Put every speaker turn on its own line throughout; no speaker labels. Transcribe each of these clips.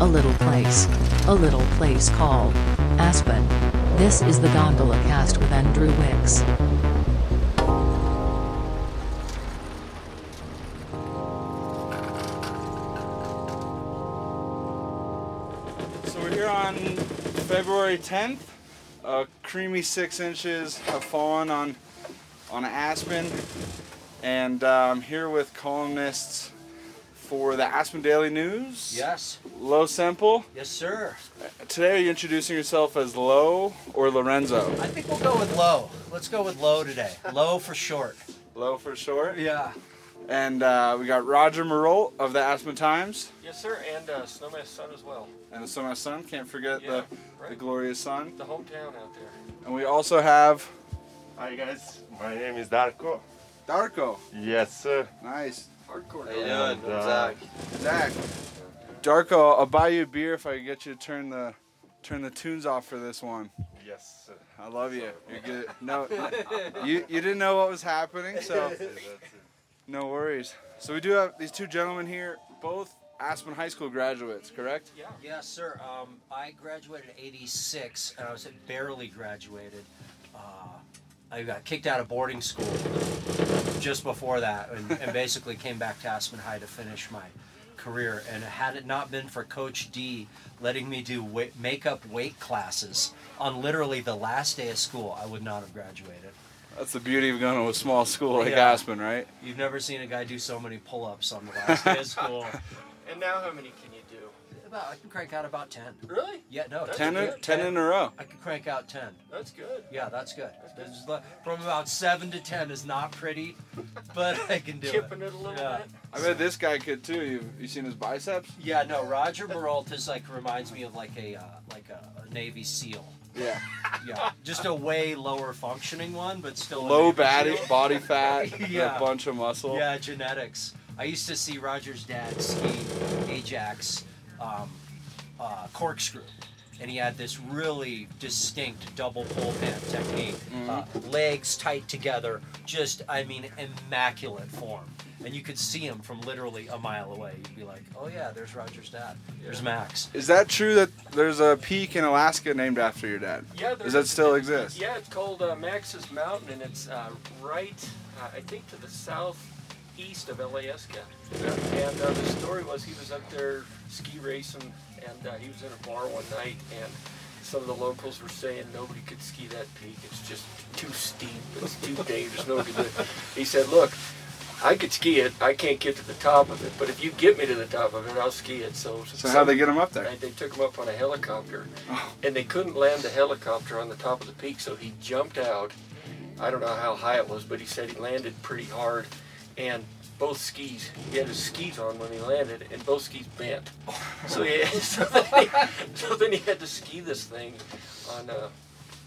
a little place, a little place called Aspen. This is the Gondola Cast with Andrew Wicks.
So we're here on February 10th. Uh, creamy six inches have fallen on on Aspen, and uh, I'm here with columnists for the Aspen Daily News.
Yes.
Low Semple.
Yes, sir.
Today, are you introducing yourself as Low or Lorenzo?
I think we'll go with low. Let's go with low today. Low for short.
Low for short.
Yeah.
And uh, we got Roger Marolt of the Aspen Times,
Yes, sir, and uh, Snowman's son as well.
and the Son of Sun. Can't forget
Yeah,
the, the
right.
glorious Sun.
The hometown out there.
And we also have
Hi guys, my name is Darko.
Darko.
Yes, sir.
Nice.
Hardcore.
And, uh,
Zach. Darko, I'll buy you a beer if I can get you to turn the turn the tunes off for this one.
yes, sir.
I love you. You're good. No, you you didn't know what was happening, so
Yeah, that's it.
no worries. So we do have these two gentlemen here, both Aspen High School graduates, correct?
Yeah.
Yes, sir. Um, I graduated in 86, and I was barely graduated. Uh, I got kicked out of boarding school just before that and, and basically came back to Aspen High to finish my career. And had it not been for Coach D letting me do wa- makeup weight classes on literally the last day of school, I would not have graduated.
That's the beauty of going to a small school like
Yeah.
Aspen, right?
You've never seen a guy do so many pull-ups on the last day of school.
And now how many can you do?
about, I can crank out about ten.
Really?
Yeah, no,
That's
Ten, in,
good.
ten in a row.
I could crank out ten.
That's good.
Yeah, that's good.
good.
This is le- From about seven to ten is not pretty, but I can do
Chipping
it.
it a little
Yeah.
bit.
I bet this guy could too. You you seen his biceps?
Yeah, no, Roger Peralta is like reminds me of like a uh, like a, a Navy SEAL.
Yeah.
Yeah, just a way lower functioning one, but still a
Low
Navy
body
SEAL.
body fat, and a
Yeah.
bunch of muscle.
Yeah, genetics. I used to see Roger's dad ski Ajax um, uh, corkscrew, and he had this really distinct double pull pin technique.
Mm-hmm.
Uh, legs tight together, just, I mean, immaculate form. And you could see him from literally a mile away. You'd be like, oh, yeah, there's Roger's dad. There's Max.
Is that true that there's a peak in Alaska named after your dad?
Yeah,
Does
there's-
that still exist?
Yeah, it's called uh, Max's Mountain, and it's uh, right, uh, I think, to the southeast of Alaska. And uh, the story was he was up there ski racing, and uh, he was in a bar one night, and some of the locals were saying nobody could ski that peak. It's just too steep. It's too dangerous. Nobody could. do it." He said, "Look, I could ski it. I can't get to the top of it, but if you get me to the top of it, I'll ski it." So,
So how'd they get him up there?
and they took him up on a helicopter,
Oh.
and they couldn't land the helicopter on the top of the peak, so he jumped out. I don't know how high it was, but he said he landed pretty hard, and both skis. He had his skis on when he landed, and both skis bent. So, he, so, then, he, so then he had to ski this thing on uh,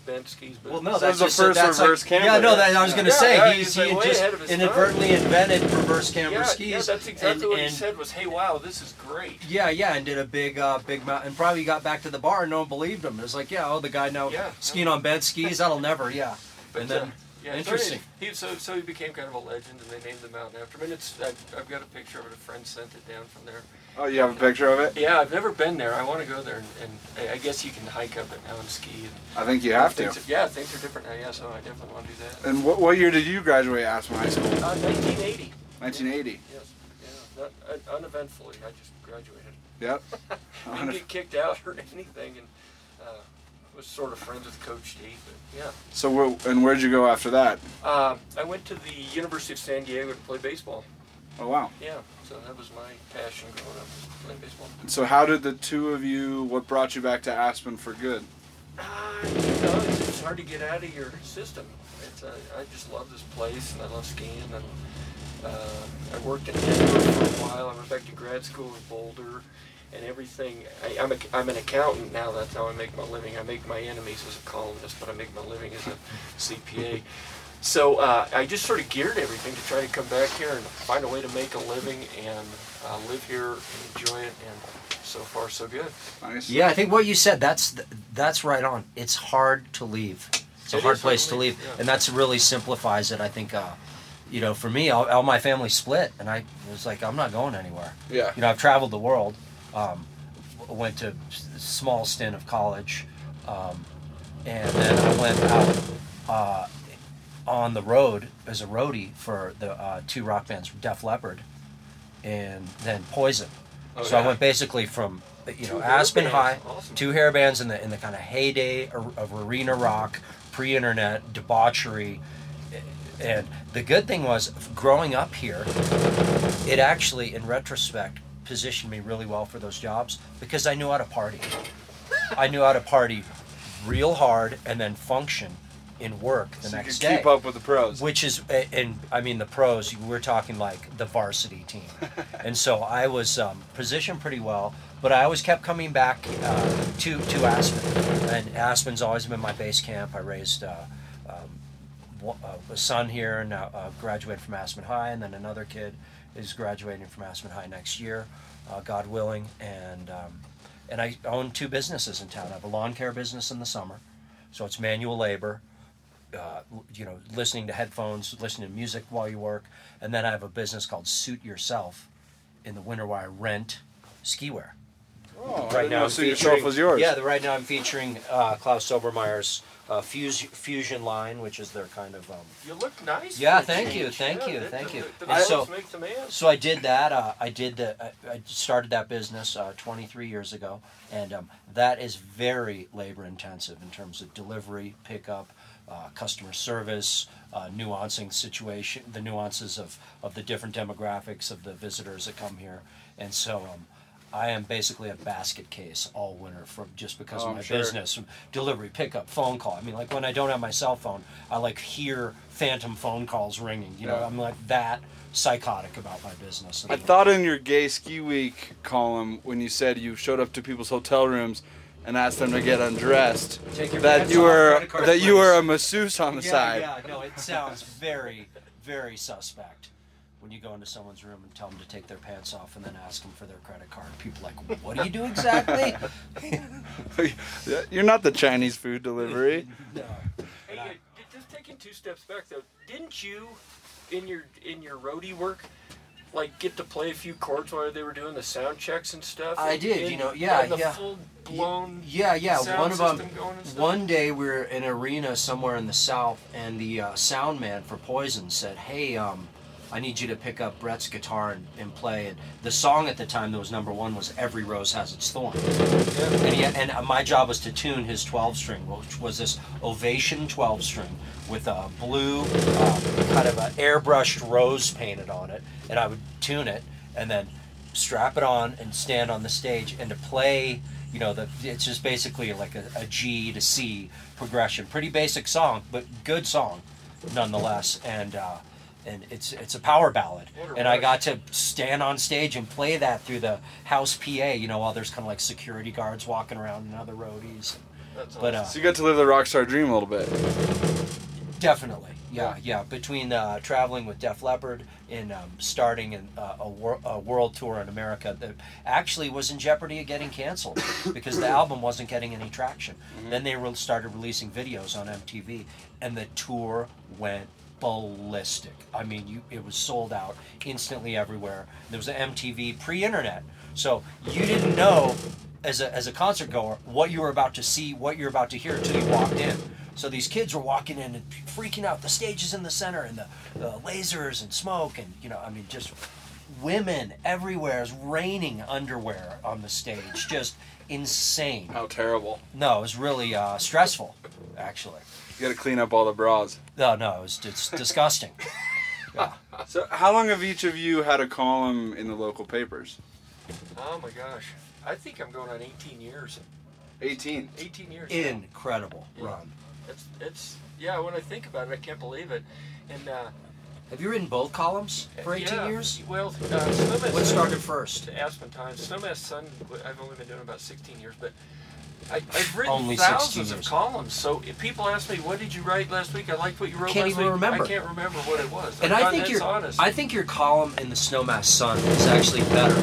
bent skis. But
Well, no,
So
that's
that's
just
the first
that's
reverse
like,
camber.
Yeah, no, that, I was gonna
Yeah,
say
yeah,
he's,
he's, like,
he
way
just
ahead of his time.
inadvertently invented reverse camber
yeah,
skis.
yeah, that's exactly
and-
what he
and-
said. Was hey, wow, this is great.
Yeah, yeah, and did a big, uh, big mountain. And probably got back to the bar and no one believed him. It was like, yeah, oh, the guy now
Yeah.
skiing on bed skis. That'll never, yeah.
But,
and
uh,
then,
yeah, so
interesting.
he, he- so so he became kind of a legend, and they named the mountain after him. And it's I've, I've got a picture of it. A friend sent it down from there.
Oh, you have a picture of it?
Yeah, I've never been there. I want to go there, and, and I- I guess you can hike up it now and ski. And
I think you have to.
things are- yeah, things are different now. Yeah, so I definitely want to do that.
And what, what year did you graduate Aspen High School?
Uh, 1980.
1980.
Yes. Yeah. Not, uh, uneventfully, I just graduated.
Yep.
I didn't get kicked out or anything, and uh, was sort of friends with Coach D. But yeah.
So, wh- and where'd you go after that?
Uh, I went to the University of San Diego to play baseball.
Oh, wow.
Yeah, so that was my passion growing up, was playing baseball.
So, how did the two of you, what brought you back to Aspen for good?
Ah, you know, it's, it's hard to get out of your system. It's, uh, I just love this place, and I love skiing. And uh, I worked in Denver for a while. I went back to grad school in Boulder, and everything. I, I'm, a, I'm an accountant now. That's how I make my living. I make my enemies as a columnist, but I make my living as a CPA. So uh, I just sort of geared everything to try to come back here and find a way to make a living and uh, live here and enjoy it. And so far, so good.
Nice.
Yeah, I think what you said that's th- that's right on. It's hard to leave. It's a
It
hard
is
place
hard
to
to
leave,
leave, yeah.
and that's really simplifies it. I think, uh, you know, for me, all, all my family split, and I was like, I'm not going anywhere.
Yeah.
You know, I've traveled the world. Um, went to s- small stint of college, um, and then I went out uh, on the road as a roadie for the uh, two rock bands, Def Leppard, and then Poison.
Oh,
so I
yeah.
went basically from uh, you
Two
know
hair
Aspen
bands.
High,
Awesome.
two hair bands in the in the kind of heyday of of arena rock, pre-internet debauchery. And the good thing was, growing up here, it actually, in retrospect, positioned me really well for those jobs because I knew how to party. I knew how to party real hard and then function in work
so
the
you can
next day.
keep up with the pros.
Which is, a- and I mean, the pros, we're talking like the varsity team. and so I was um, positioned pretty well, but I always kept coming back uh, to, to Aspen. And Aspen's always been my base camp. I raised uh, um, w- uh, a son here and uh, uh, graduated from Aspen High, and then another kid is graduating from Aspen High next year, uh, God willing. And, um, and I own two businesses in town. I have a lawn care business in the summer, so it's manual labor uh, you know, listening to headphones, listening to music while you work. And then I have a business called Suit Yourself in the winter where I rent ski wear.
Oh, I
Right
didn't
now,
know
I'm
so yourself
featuring-
was yours.
Yeah, the- right now I'm featuring uh, Klaus Sobermeyer's uh, Fuse, Fusion line, which is their kind of. Um,
You look nice.
Yeah,
for a
thank you,
change.
thank
Yeah,
you,
that-
thank
that-
you.
that-
And
that
so-
looks make the man.
so I did that. Uh, I did the. I, I started that business uh, 23 years ago, and um, that is very labor intensive in terms of delivery, pickup, uh, customer service, uh, nuancing situation, the nuances of of the different demographics of the visitors that come here, and so. Um, I am basically a basket case all winter from just because
Oh,
of
I'm
my
sure.
business, from delivery, pickup, phone call. I mean, like when I don't have my cell phone, I like hear phantom phone calls ringing. You know,
Yeah.
I'm like that psychotic about my business.
I thought in your gay ski week column when you said you showed up to people's hotel rooms and asked them to get undressed
Take your
that
pants
you
off,
were
credit card,
that you were
please.
a masseuse on the
yeah,
side.
Yeah, no, it sounds very, very suspect when you go into someone's room and tell them to take their pants off and then ask them for their credit card. People are like, what do you do exactly?
You're not the Chinese food delivery.
no.
Hey, uh, j- just taking two steps back though, didn't you, in your in your roadie work, like get to play a few chords while they were doing the sound checks and stuff?
I
And-
did, you
and-
know, yeah,
and the
yeah.
Full blown.
Yeah, yeah.
sound
One of them.
system going and stuff?
One day we were in an arena somewhere in the south, and the uh, sound man for Poison said, "Hey, um, I need you to pick up Brett's guitar and, and play." And the song at the time that was number one was "Every Rose Has Its Thorn," and he, and uh, my job was to tune his twelve string, which was this Ovation twelve string with a blue uh, kind of an airbrushed rose painted on it, and I would tune it and then strap it on and stand on the stage and to play you know the it's just basically like a, a g to c progression pretty basic song but good song nonetheless and uh and it's it's a power ballad
What a
and i
rush.
got uh, to stand on stage and play that through the house pa you know while there's kind of like security guards walking around and other roadies
That's
but
awesome.
uh
So you got to live the rock star dream a little bit.
Definitely, yeah, yeah. Between uh, traveling with Def Leppard and um, starting in, uh, a, wor- a world tour in America that actually was in jeopardy of getting canceled because the album wasn't getting any traction.
Mm-hmm.
Then they re- started releasing videos on MTV, and the tour went ballistic. I mean, you, it was sold out instantly everywhere. There was an MTV pre-internet, so you didn't know as a, as a concert goer what you were about to see, what you're about to hear until you walked in. So these kids were walking in and freaking out. The stages in the center and the, the lasers and smoke and you know, I mean, just women everywhere is raining underwear on the stage. Just insane.
How terrible!
No, it was really uh, stressful, actually.
You got to clean up all the bras.
No, no, it was just disgusting.
So how long have each of you had a column in the local papers?
oh my gosh, I think I'm going on 18 years.
18.
18 years. now.
Incredible run.
It's it's yeah. When I think about it, I can't believe it. And uh,
Have you written both columns for 18
yeah,
years?
Well, uh, Snowman's
What
Son-
started first?
to Aspen Times. Snowman's Son. I've only been doing about 16 years, but I, I've written
Only 16
thousands of
years.
columns. So if people ask me, "What did you write last week?" I liked what you wrote
Can't
last
even
week.
remember.
I can't remember what it was.
and
I'm
I
not-
think
that's
your
honest.
I think your column in the Snowmass Sun is actually better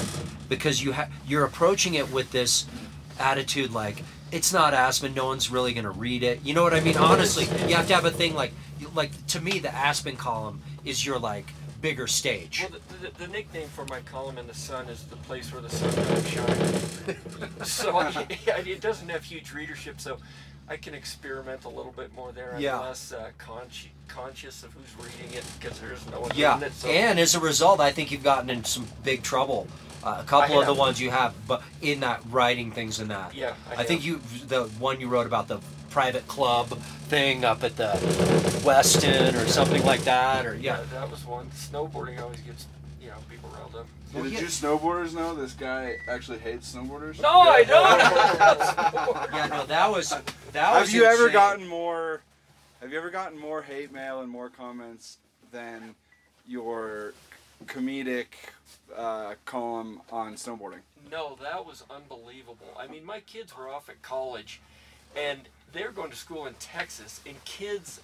because you ha- you're approaching it with this attitude like it's not Aspen, no one's really gonna read it. You know what I mean? Honestly, you have to have a thing like like to me the Aspen column is your like bigger stage.
Well, the, the, the nickname for my column in the sun is the place where the sun doesn't shine. so I, yeah, it doesn't have huge readership, so I can experiment a little bit more there. I'm
Yeah.
less uh, consci- conscious of who's reading it because there's no one
Yeah,
reading it. So
and as a result, I think you've gotten in some big trouble. Uh, a couple
I
of the
have.
ones you have, but in that writing things and that.
Yeah, I
I, think
have.
you the one you wrote about the private club thing up at the Weston or something like that, or yeah.
that- that was one. Snowboarding always gets you know people riled up.
Did
yeah.
you snowboarders know this guy actually hates snowboarders?
No, I don't.
Yeah, no, that was that was.
Have you ever
insane.
gotten more? Have you ever gotten more hate mail and more comments than your comedic uh, column on snowboarding?
No, that was unbelievable. I mean, my kids were off at college, and they're going to school in Texas, and kids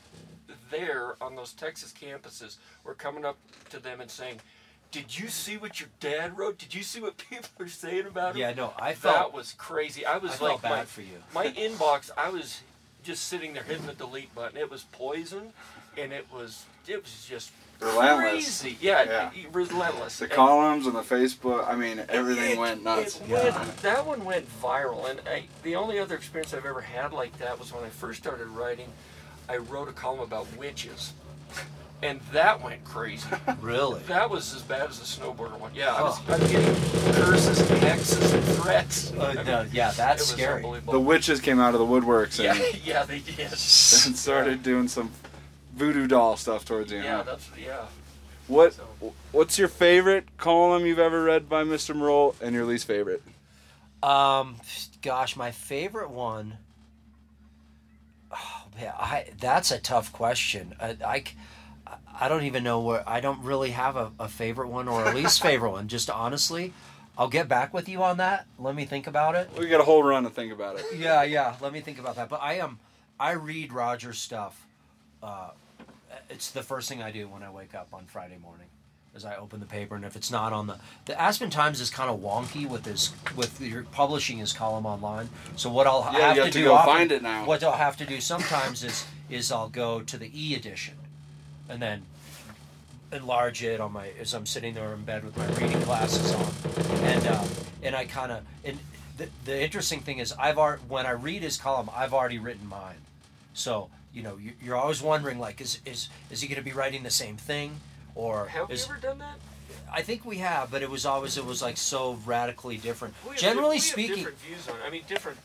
there on those Texas campuses were coming up to them and saying, "Did you see what your dad wrote? Did you see what people are saying about him?"
Yeah, no, I
that
felt
was crazy. I was
I felt
like,
bad
my,
for you.
my inbox, I was just sitting there hitting the delete button. It was poison, and it was it was just
Relentless.
crazy. Yeah,
Yeah.
it- it- relentless.
The
And-
columns and the Facebook. I mean, everything
it-
went nuts.
it went- that one went viral, and I, the only other experience I've ever had like that was when I first started writing. I wrote a column about witches, and that went crazy.
really.
that was as bad as the snowboarder one. Yeah, I was, I was getting curses, and hexes, and threats.
Oh. Uh, no, yeah,
It
that's
was
scary.
The
unbelievable.
witches came out of the woodworks and,
yeah, yeah, they did.
and started doing some voodoo doll stuff towards you.
Yeah,
huh?
that's yeah.
What
So-
What's your favorite column you've ever read by Mr. Merle, and your least favorite?
Um, gosh, my favorite one. Oh man, I that's a tough question. I, I c- I don't even know where. I don't really have a, a favorite one or a least favorite one. Just honestly, I'll get back with you on that. Let me think about it.
We got a whole run to think about it.
Yeah, yeah. Let me think about that. But I am. I read Roger's stuff. Uh, it's the first thing I do when I wake up on Friday morning, is I open the paper, and if it's not on the the Aspen Times is kind of wonky with his with your publishing his column online. So what I'll
Yeah, you
have
have
to,
to
do
go
often-
find it now.
What I'll have to do sometimes is is I'll go to the e edition, and then enlarge it on my as I'm sitting there in bed with my reading glasses on, and uh, and I kind of and the, the interesting thing is I've already when I read his column I've already written mine, so you know you- you're always wondering like is is is he going to be writing the same thing or
Have
is,
you ever done that?
I think we have but it was always it was like so radically different.
We have di- we
Generally
have
speaking,
different views on. it. I mean, different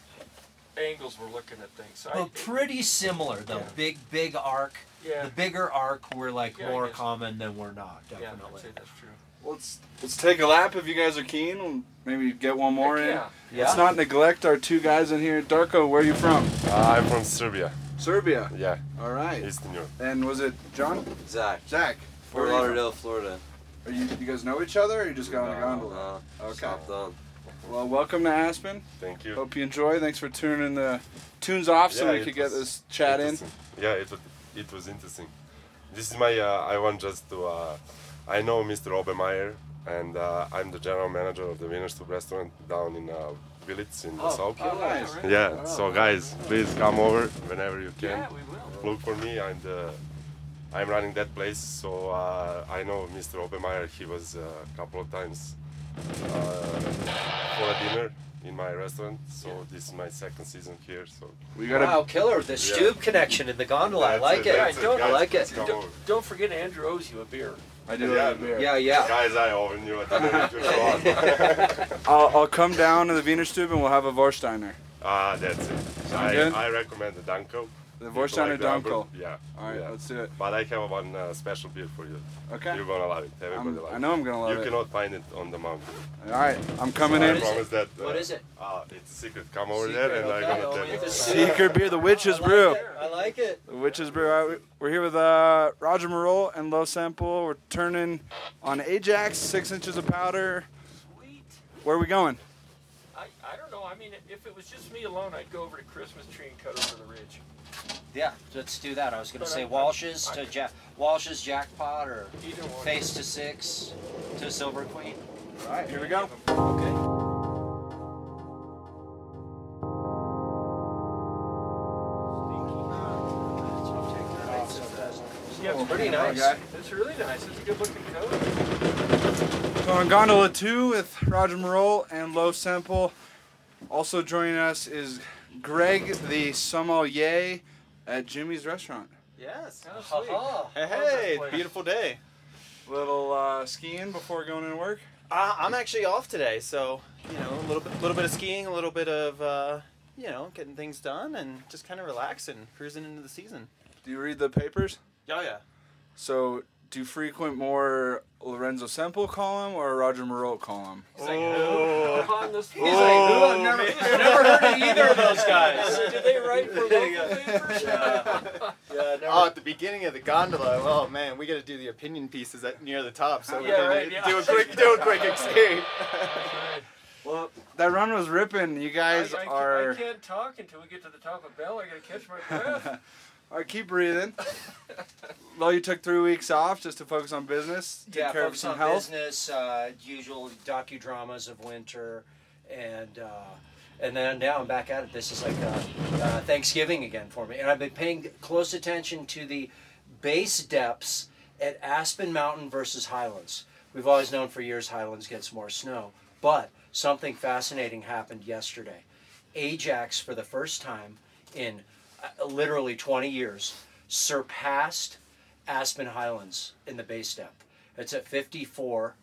angles we're looking at things. So I,
but pretty similar though.
Yeah.
Big big arc.
Yeah.
The bigger arc we're like
Yeah, I
more
guess.
common than we're not
yeah,
definitely.
I'd say that's true.
Let's let's take a lap if you guys are keen. We'll maybe get one more
Heck
in.
yeah.
Let's
Yeah.
not neglect our two guys in here. Darko, where are you from?
I'm from Serbia.
Serbia.
Yeah,
All right.
Eastern Europe.
and was it John?
Zach.
Zach. Where are you
Fort
from?
Lauderdale, Florida.
Are you, you guys know each other, or you just got on a
uh,
No,
gondola?
no,
Okay.
stopped on.
Well, welcome to Aspen.
Thank you.
Hope you enjoy. Thanks for tuning the tunes off so
Yeah,
we
it
could get
was
this chat in.
Interesting. Yeah, it was, it was interesting. This is my. Uh, I want just to. Uh, I know Mr. Obermeyer, and uh, I'm the general manager of the Wiener Stube restaurant down in uh, Willits in the south.
oh, nice.
Alright.
Yeah, so guys, please come over whenever you can.
Yeah, we will.
Look for me. I'm the. I'm running that place, so uh, I know Mr. Obermeyer. He was uh, a couple of times uh, for a dinner in my restaurant. So this is my second season here. So
We got a
Wow, killer! The
Yeah.
Stube connection in the gondola. I
That's
like
it,
it.
that's it,
don't- I
guys,
like
let's
it.
come
Don't,
over.
don't forget Andrew owes you a beer.
I do
Yeah.
love the beer.
Yeah, yeah.
Guys, I owe you a dinner.
I'll, I'll come down to the Wiener Stube and we'll have a Vorsteiner.
Ah, that's it. I,
good?
I recommend the Danko.
The
People
Vorsteiner
like the Amber-
Dunkel.
Yeah.
All right,
yeah.
let's do it.
But I have one uh, special beer for you.
Okay.
You're gonna love it. Everybody
I'm-
loves
I know I'm gonna love
you
it.
cannot find it on the mountain.
All right, I'm coming
I
in.
is it?
promise that. Uh,
What is it?
Ah, it's a secret. Come over there "Oh, and
okay,
I'm
I'll
gonna
make
tell you.
this-
Secret beer, the Witch's
I like
Brew.
it. I like it.
The Witch's Brew. All right, We're here with uh, Roger Morrell and Low Sample. We're turning on Ajax, six inches of powder.
Sweet.
Where are we going?
I, I don't know. I mean, if it was just me alone, I'd go over to Christmas Tree and cut over the ridge.
Yeah, let's do that. I was gonna
But
say
I-
Walsh's
I-
to Jack Walsh's jackpot or
Either one.
face to six to Silver Queen.
All right, here we go.
Okay.
Oh,
I'll take that off.
Yeah, it's
Little
pretty
camera
nice.
guy.
It's really nice. It's a good looking coat.
So on Gondola 2 with Roger Marol and Lo Semple. Also joining us is Greg the sommelier at Jimmy's Restaurant.
Yes.
How sweet.
Hey,
Love that place.
beautiful day.
Little uh, skiing before going to work.
Uh, I'm actually off today, so you know, a little bit, little bit of skiing, a little bit of uh, you know, getting things done, and just kind of relaxing, cruising into the season.
Do you read the papers?
Oh yeah.
So do frequent more Lorenzo Semple column or Roger Marol column?
Oh,
On the spot.
He's like,
Oh,
"Ooh, I've never, never heard of either of those guys.
Do they write for local papers?
Oh, at the beginning of the gondola. Oh man, we got to do the opinion pieces at near the top, so we
Yeah,
can
right,
uh,
yeah.
do a quick, do a quick escape.
Well, that run was ripping. You guys
I, I,
are.
I can't talk until we get to the top of Bell. I gotta catch my breath.
All right, keep breathing. Well, you took three weeks off just to focus on business, take
yeah,
care of
focus
some
on
health.
business, uh, usual docudramas of winter, and uh, and then now I'm back at it. This is like uh, uh, Thanksgiving again for me, and I've been paying close attention to the base depths at Aspen Mountain versus Highlands. We've always known for years Highlands gets more snow, but something fascinating happened yesterday. Ajax, for the first time in uh, literally 20 years, surpassed Aspen Highlands in the base depth. It's at 54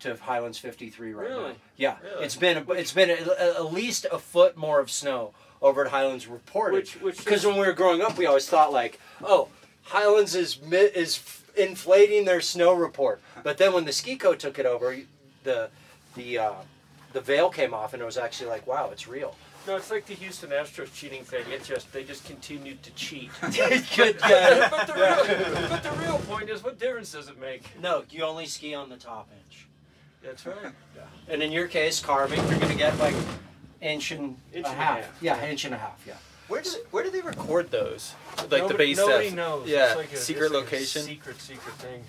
to Highlands 53 right now.
Really?
Yeah,
Really?
it's been it's been at at least a foot more of snow over at Highlands reported.
Which- which
because
is-
when we were growing up, we always thought like, oh, Highlands is mi- is f- inflating their snow report. But then when the ski co took it over, the the uh, the veil came off, and it was actually like, wow, it's real.
no, it's like the Houston Astros cheating thing. It just they just continued to cheat.
Good guy.
but, the real, but the real point is, what difference does it make?
No, you only ski on the top inch.
That's right.
And in your case, carving, you're gonna get like inch and,
Inch and
a
a
half.
half.
Yeah, inch and a half. Yeah.
Where do where do they record those? Like the
Nobody-
base
Nobody
depth?
knows.
Yeah,
It's like a,
secret
it's like a
location.
secret, secret thing.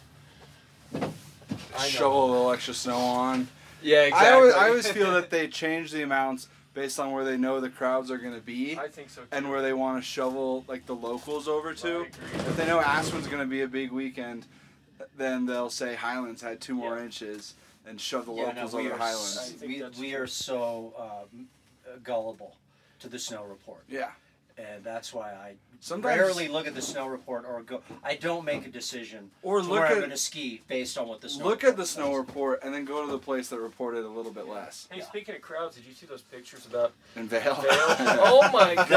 Shovel a little extra snow on.
yeah, exactly.
I always, I always feel that they change the amounts based on where they know the crowds are going to be
I think so. Too.
and where they want to shovel like the locals over
I
to.
agree.
If they know Aspen's going to be a big weekend, then they'll say Highlands had two more inches and shove the
yeah, no,
locals
we
over
are,
Highlands.
s-
I think
we,
that's
we
true.
are so um, gullible to the snow report,
Yeah.
and that's why I
Sometimes-
rarely look at the snow report or go. I don't make a decision
Or
to
look
where I'm
at-
going to ski based on what the snow.
Look at the
report
snow
says.
report and then go to the place that reported a little bit less.
Hey,
Yeah.
speaking of crowds, did you see those pictures about?
And Vale.
oh my
That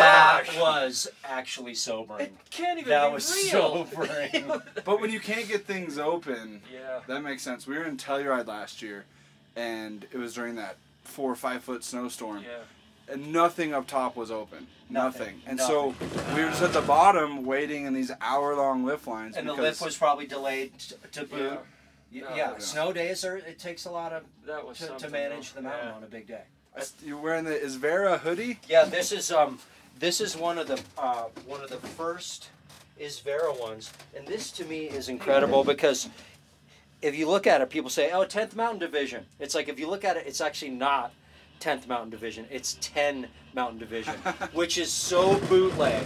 gosh!
was actually sobering.
It can't even
That
be
was
real.
sobering.
but when you can't get things open,
yeah.
That makes sense. We were in Telluride last year, and it was during that four or five foot snowstorm,
Yeah.
and nothing up top was open. Nothing.
Nothing.
And so we were just at the bottom waiting in these hour long lift lines.
and the
because
lift was probably delayed t- to boot.
Yeah.
Y-
No,
yeah,
no.
snow days are. It takes a lot of
That was
to, to
something,
manage
though.
the mountain
Yeah.
on a big day.
You're wearing the is Vera hoodie?
Yeah, this is um, this is one of the uh, one of the first is Vera ones, and this to me is incredible because if you look at it, people say, "Oh, 10th Mountain Division." It's like if you look at it, it's actually not 10th Mountain Division. It's 10 Mountain Division, which is so bootleg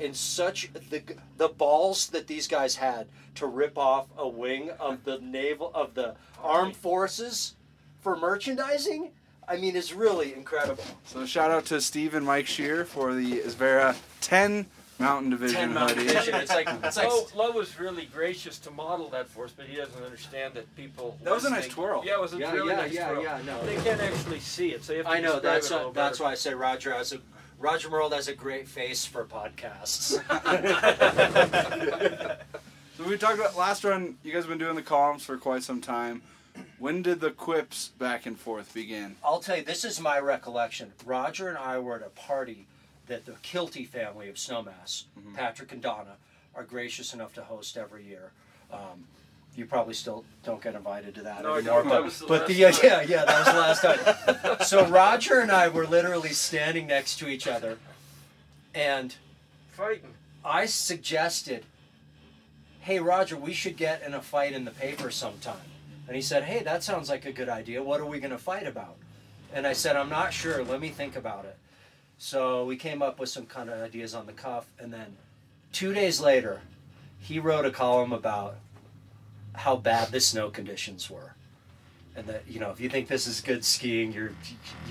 and such the the balls that these guys had to rip off a wing of the naval of the armed forces for merchandising. I mean, is really incredible.
So shout out to Steve and Mike Shear for the is Vera 10 Mountain Division
10 Mountain
hoodie.
Division. It's like it's like
Lowe, Lowe was really gracious to model that for us, but he doesn't understand that people.
That was a nice
listening-
twirl.
Yeah, it was a
yeah,
really
yeah,
nice
yeah,
twirl.
yeah. No,
They can't actually see it, so you have to
I know.
describe
That's
it a little
that's
better.
why I say Roger has a Roger Merle has a great face for podcasts.
So we talked about last run, you guys have been doing the columns for quite some time. When did the quips back and forth begin?
I'll tell you, this is my recollection. Roger and I were at a party that the Kilty family of Snowmass,
Mm-hmm.
Patrick and Donna, are gracious enough to host every year. Um, you probably still don't get invited to that
No, I
anymore,
don't.
but
That was the
but
last
the yeah,
time.
yeah yeah that was the last time. so Roger and I were literally standing next to each other, and
Fighting.
I suggested, hey, Roger, we should get in a fight in the paper sometime. And he said, hey, that sounds like a good idea. What are we going to fight about? And I said, I'm not sure. Let me think about it. So we came up with some kind of ideas on the cuff. And then two days later, he wrote a column about how bad the snow conditions were, and that you know if you think this is good skiing, you're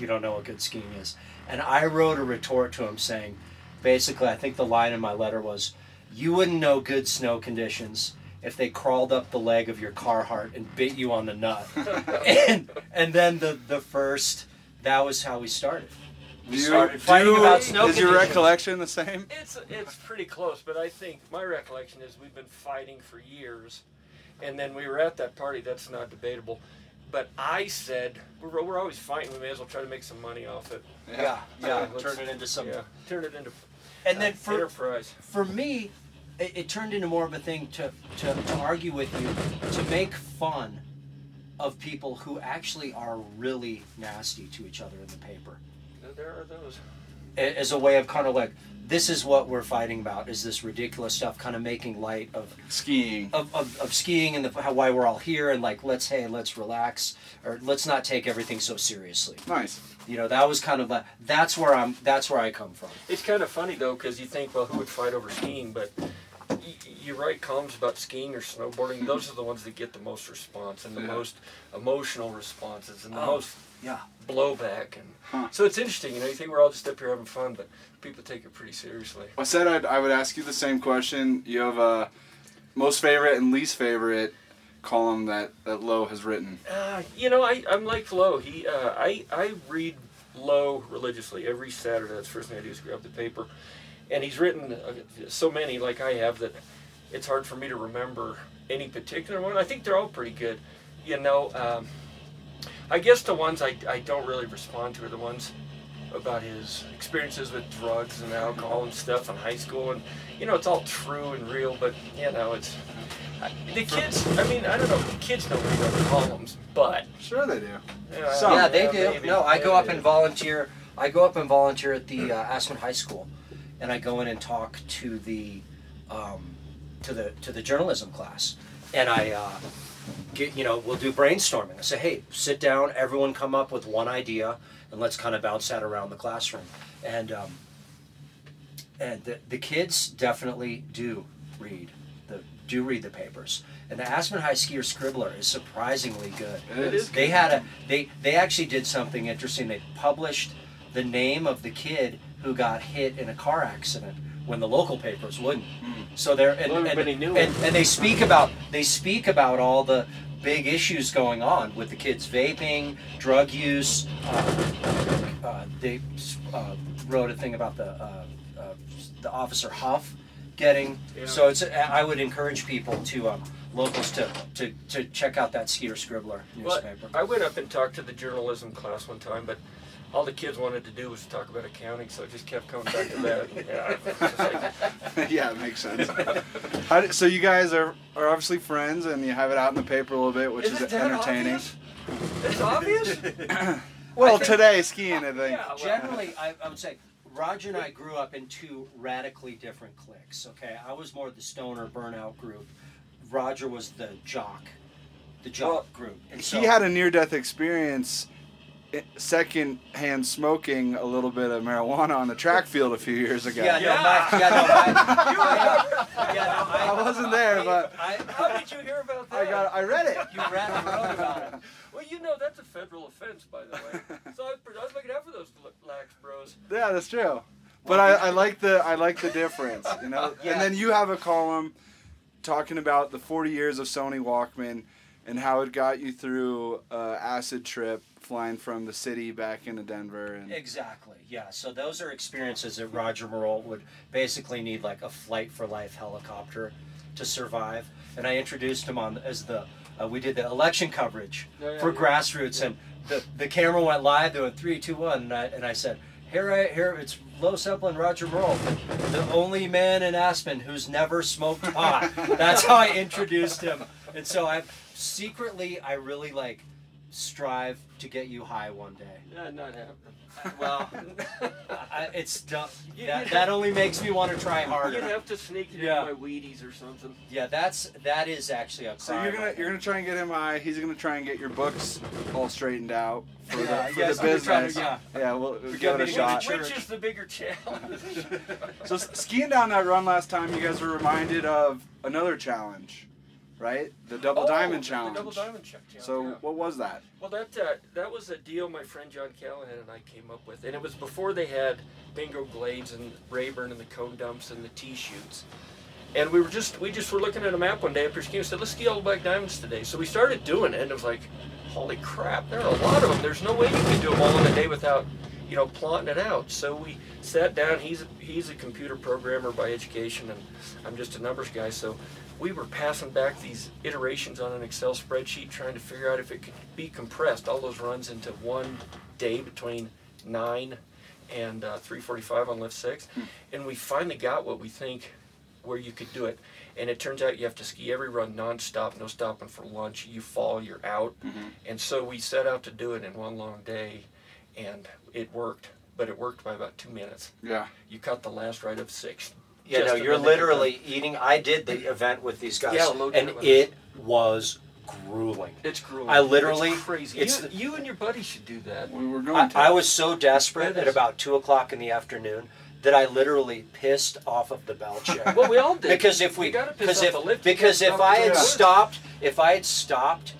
you don't know what good skiing is. And I wrote a retort to him saying, basically, I think the line in my letter was, "You wouldn't know good snow conditions." If they crawled up the leg of your Carhartt and bit you on the nut, and and then the the first, that was how we started. We
Do you-
started fighting
do-
about snow
Is your
conditions.
recollection the same?
It's it's pretty close, but I think my recollection is we've been fighting for years, and then we were at that party. That's not debatable. But I said we're, we're always fighting. We may as well try to make some money off it.
Yeah, yeah.
Let's-
turn it into something.
Yeah, turn it into
And then
uh,
for
enterprise.
for me, it, it turned into more of a thing to, to to argue with you, to make fun of people who actually are really nasty to each other in the paper,
There are those.
A- as a way of kind of like, this is what we're fighting about. Is this ridiculous stuff? Kind of making light of
Skiing.
of, of, of skiing and the, how, why we're all here and like let's hey let's relax or let's not take everything so seriously
Nice.
you know that was kind of like that's where i'm that's where i come from
It's kind of funny though, because you think, well, who would fight over skiing? But y- y- you write columns about skiing or snowboarding. Those are the ones that get the most response and the
Yeah.
most emotional responses and the
Oh.
most
yeah
blowback. And
Huh.
so it's interesting, you know. You think we're all just up here having fun, but people take it pretty seriously.
I said I'd, I would ask you the same question. You have a most favorite and least favorite column that, that Lowe has written.
Uh, you know, I, I'm like Flo. He, uh, I, I read Lowe religiously every Saturday. That's the first thing I do is grab the paper, and he's written uh, so many like I have that it's hard for me to remember any particular one. I think they're all pretty good. You know, um, I guess the ones I, I don't really respond to are the ones about his experiences with drugs and alcohol and stuff in high school, and you know, it's all true and real. But you know, it's I, the kids. I mean, I don't know. The kids don't read our columns, but
Sure they do.
yeah,
Some.
yeah, they do.
maybe.
no, I go up and
Maybe.
volunteer. I go up and volunteer at the uh, Aspen High School, and I go in and talk to the um, to the to the journalism class, and I uh, get you know we'll do brainstorming. I say, hey, sit down, everyone, come up with one idea, and let's kind of bounce that around the classroom, and um, and the, the kids definitely do read the do read the papers. And the Aspen High Skier Scribbler is surprisingly good.
It is
They had a they they actually did something interesting. They published the name of the kid who got hit in a car accident when the local papers wouldn't.
Mm-hmm.
So they're and,
Well,
and,
everybody knew
and, and they speak about they speak about all the big issues going on with the kids vaping, drug use. Uh, uh, they uh, wrote a thing about the uh, uh, the officer Huff getting.
Yeah.
So it's I would encourage people to um, locals to, to to check out that Skeeter Scribbler
Well,
newspaper.
I went up and talked to the journalism class one time, but all the kids wanted to do was talk about accounting, so I just kept coming back to that. yeah, it's just like-
yeah, it makes sense. How do, so you guys are, are obviously friends and you have it out in the paper a little bit, which is,
Isn't that
entertaining.
obvious? It's obvious.
Well,
I think-
today skiing, I think.
Yeah, well,
Generally, I, I would say Roger and I grew up in two radically different cliques. Okay, I was more the stoner burnout group. Roger was the jock, the jock
Well,
group. And
he
so-
had a near death experience i- secondhand smoking a little bit of marijuana on the track field a few years ago.
Yeah, no,
Yeah.
my, yeah, no, my, yeah, no, I,
I wasn't there, but
I,
How did you hear about that?
I got I read it.
you ran the road about it.
Well, you know that's a federal offense, by the way. So I was, I was looking out for those l- lax bros.
Yeah, that's true. But I, I like the I like the difference, you know.
Yeah.
And then you have a column talking about the 40 years of Sony Walkman and how it got you through uh, acid trip flying from the city back into Denver and
Exactly. Yeah. So those are experiences that Roger Morrell would basically need like a flight for life helicopter to survive. And I introduced him on as the uh, we did the election coverage
Yeah, yeah,
for
yeah.
grassroots, and the the camera went live. They went three, two, one, and I and I said. Here, I, here it's Low Semple and Roger Morrell, the only man in Aspen who's never smoked pot. That's how I introduced him, and so I secretly I really like strive to get you high one day.
Yeah, not happening.
Well, I, I, it's dumb.
You-
That,
you'd
that
have-
only makes me want to try harder.
You'd have to sneak it
Yeah.
in my Wheaties or something.
Yeah, that's that is actually a crime.
So you're gonna you're gonna try and get him. I he's gonna try and get your books all straightened out for the,
Yeah,
for
yes,
the
I'm gonna try to-
business.
yeah.
yeah, we'll, we'll
got
give it
me
a
to
shot.
go to
Which is the bigger challenge?
So s- skiing down that run last time, you guys were reminded of another challenge, right? The double
Oh,
diamond
the
challenge.
Double diamond check challenge.
so
yeah.
what was that?
Well, that uh, that was a deal my friend John Callahan and I came up with, and it was before they had Bingo Glades and Rayburn and the cone dumps and the T shoots. And we were just we just were looking at a map one day after skiing. and Said, "Let's ski all the black diamonds today." So we started doing it, and it was like, "Holy crap! There are a lot of them. There's no way you can do them all in a day without, you know, plotting it out." So we sat down. He's a, he's a computer programmer by education, and I'm just a numbers guy. So we were passing back these iterations on an Excel spreadsheet, trying to figure out if it could be compressed all those runs into one day between nine and uh, 345 on lift six, and we finally got what we think where you could do it. And it turns out you have to ski every run nonstop, no stopping for lunch. You fall, you're out.
Mm-hmm.
And so we set out to do it in one long day, and it worked. But it worked by about two minutes.
Yeah.
You caught the last ride of six.
Yeah,
Just
no,
the
you're
minute it got-
literally eating. I did the event with these guys,
Yeah, Lo did
and
it with
it was grueling.
It's grueling.
I literally-
It's crazy.
it's
you,
the-
you and your buddy should do that.
We were going
I,
to.
I was so desperate
It
at
is.
about two o'clock in the afternoon that I literally pissed off of the bell chair.
Well, we all did.
because if we
You gotta piss
because
off
if
the lift, you
because
gotta
if
stop
I
the
had
lift.
stopped if I had stopped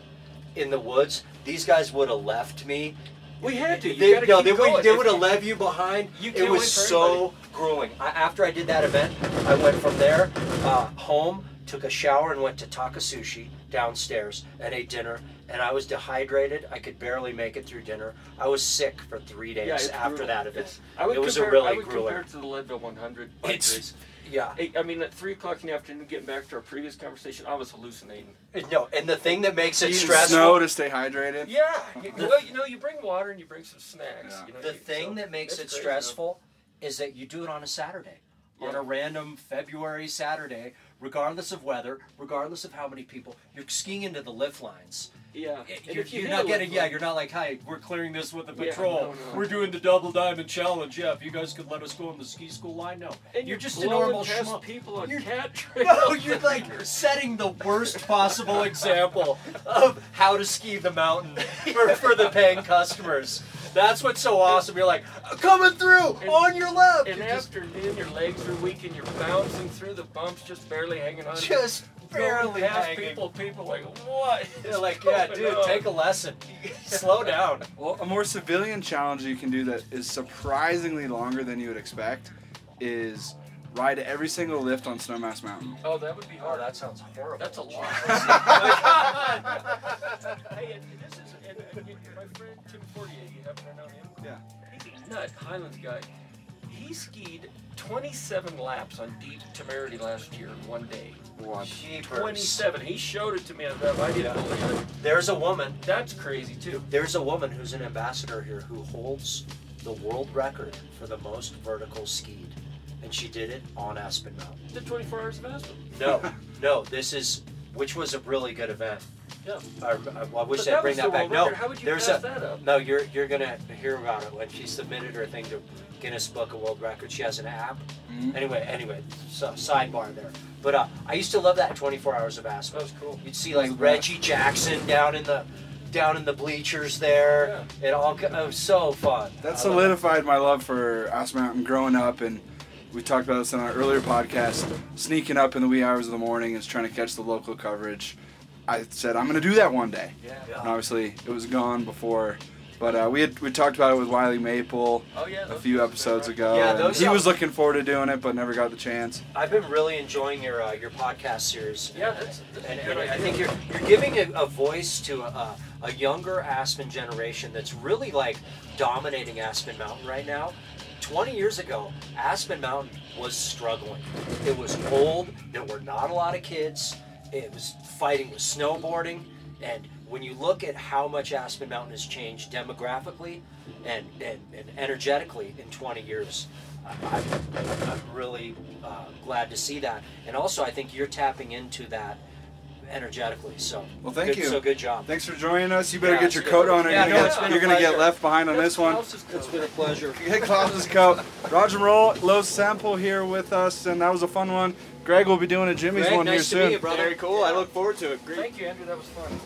in the woods, these guys would have left me.
We had to. You
They,
gotta
no,
keep
they, would-
going.
they
If
would have
you-
left you behind.
You
it
can't
was
wait for
so grueling. I, after I did that event, I went from there uh, home, took a shower, and went to Takasushi downstairs and ate dinner. And I was dehydrated. I could barely make it through dinner. I was sick for three days
it's
after
brutal.
that
It's-
event.
I would
it was
compare,
a really
I would
grueling.
compare it to the Leadville 100. bike
It's-
race.
yeah.
I- I mean, at three o'clock in the afternoon, getting back to our previous conversation, I was hallucinating.
No, and the thing that makes it
Eating
stressful.
snow to stay hydrated.
Yeah. you- well, you know, you bring water and you bring some snacks.
Yeah.
You know,
The
you-
thing
so
that makes
it's
it
crazy,
stressful is that you do it on a Saturday, on
Yeah.
a random February Saturday, regardless of weather, regardless of how many people. You're skiing into the lift lines.
though. Yeah.
Y-
And
You're,
if you
you're
hit
not
a
getting,
lift
yeah,
line-
you're not like, hi, we're clearing this with the
Yeah,
patrol.
no, no.
We're doing the double diamond challenge. Yeah, if you guys could let us go on the ski school line, no. you're
And you're
just a
blowing
normal
past
schmuck.
people on
You're-
cat
No,
trails.
you're like setting the worst possible example of how to ski the mountain for, for the paying customers. That's what's so awesome. You're like, coming through
And-
on your left.
An
You're just,
afternoon, your legs are weak and you're bouncing through the bumps, just barely hanging on.
just
Going
barely
past
hanging.
people, people like, what?
You're like, yeah, dude, take a lesson. Slow down.
Well, a more civilian challenge you can do that is surprisingly longer than you would expect is ride every single lift on Snowmass Mountain.
Oh, that would be
Oh,
hard.
that sounds horrible.
That's a lot. hey, and this is and, and you- my friend Tim Fortier. You happen to know him?
Yeah.
He's a nut, Highlands guy. He skied 27 laps on Deep Temerity last year in one day.
What?
Jeepers.
27. He showed it to me on that. I didn't believe it.
There's a woman
That's crazy too.
There's a woman who's an ambassador here who holds the world record for the most vertical skied, and she did it on Aspen Mountain.
The 24 hours of Aspen.
No, no, this is which was a really good event.
Yeah.
I, I- I wish
But
they'd
that
bring
was
that
the
back.
world
No,
record. How would you
there's
pass
a
that up?
no. You're you're gonna hear about it when she submitted her thing to Guinness Book of World Records. She has an app.
Mm-hmm.
Anyway, anyway, so sidebar there. But uh, I used to love that 24 hours of Aspen.
That was cool.
You'd see like Reggie Jackson down in the down in the bleachers there. It all co- it was so fun.
That
I love it.
solidified my love for Ass Mountain growing up, and we talked about this on our earlier podcast. Sneaking up in the wee hours of the morning is trying to catch the local coverage. I said I'm going to do that one day,
Yeah.
and obviously it was gone before. But uh, we had we talked about it with Wiley Maple
Oh yeah.
a
those
few
guys are
episodes
right.
ago.
Yeah,
and
those
he
are-
was looking forward to doing it, but never got the chance.
I've been really enjoying your uh, your podcast series.
Yeah, that's, that's
And,
a good
and I
idea.
think you're you're giving a, a voice to a, a younger Aspen generation that's really like dominating Aspen Mountain right now. Twenty years ago, Aspen Mountain was struggling. It was cold. There were not a lot of kids. It was fighting with snowboarding, and when you look at how much Aspen Mountain has changed demographically and and, and energetically in twenty years, I- I'm, I'm really uh, glad to see that. And also, I think you're tapping into that energetically. So
Well, thank you.
good- So good job.
Thanks for joining us. You better
Yeah,
get your
it's
coat
good.
on, or
Yeah,
you're
no,
gonna,
it's
get,
been
you're
a
gonna get
pleasure.
left behind on this one.
It's been a pleasure.
Hey, Klaus's coat. Roger Roll, Low Sample here with us, and that was a fun one. Greg will be doing a Jimmy's
Greg,
one
nice
here
to
soon.
meet you, brother.
Very cool. I look forward to it. Great.
Thank you, Andrew. That was fun.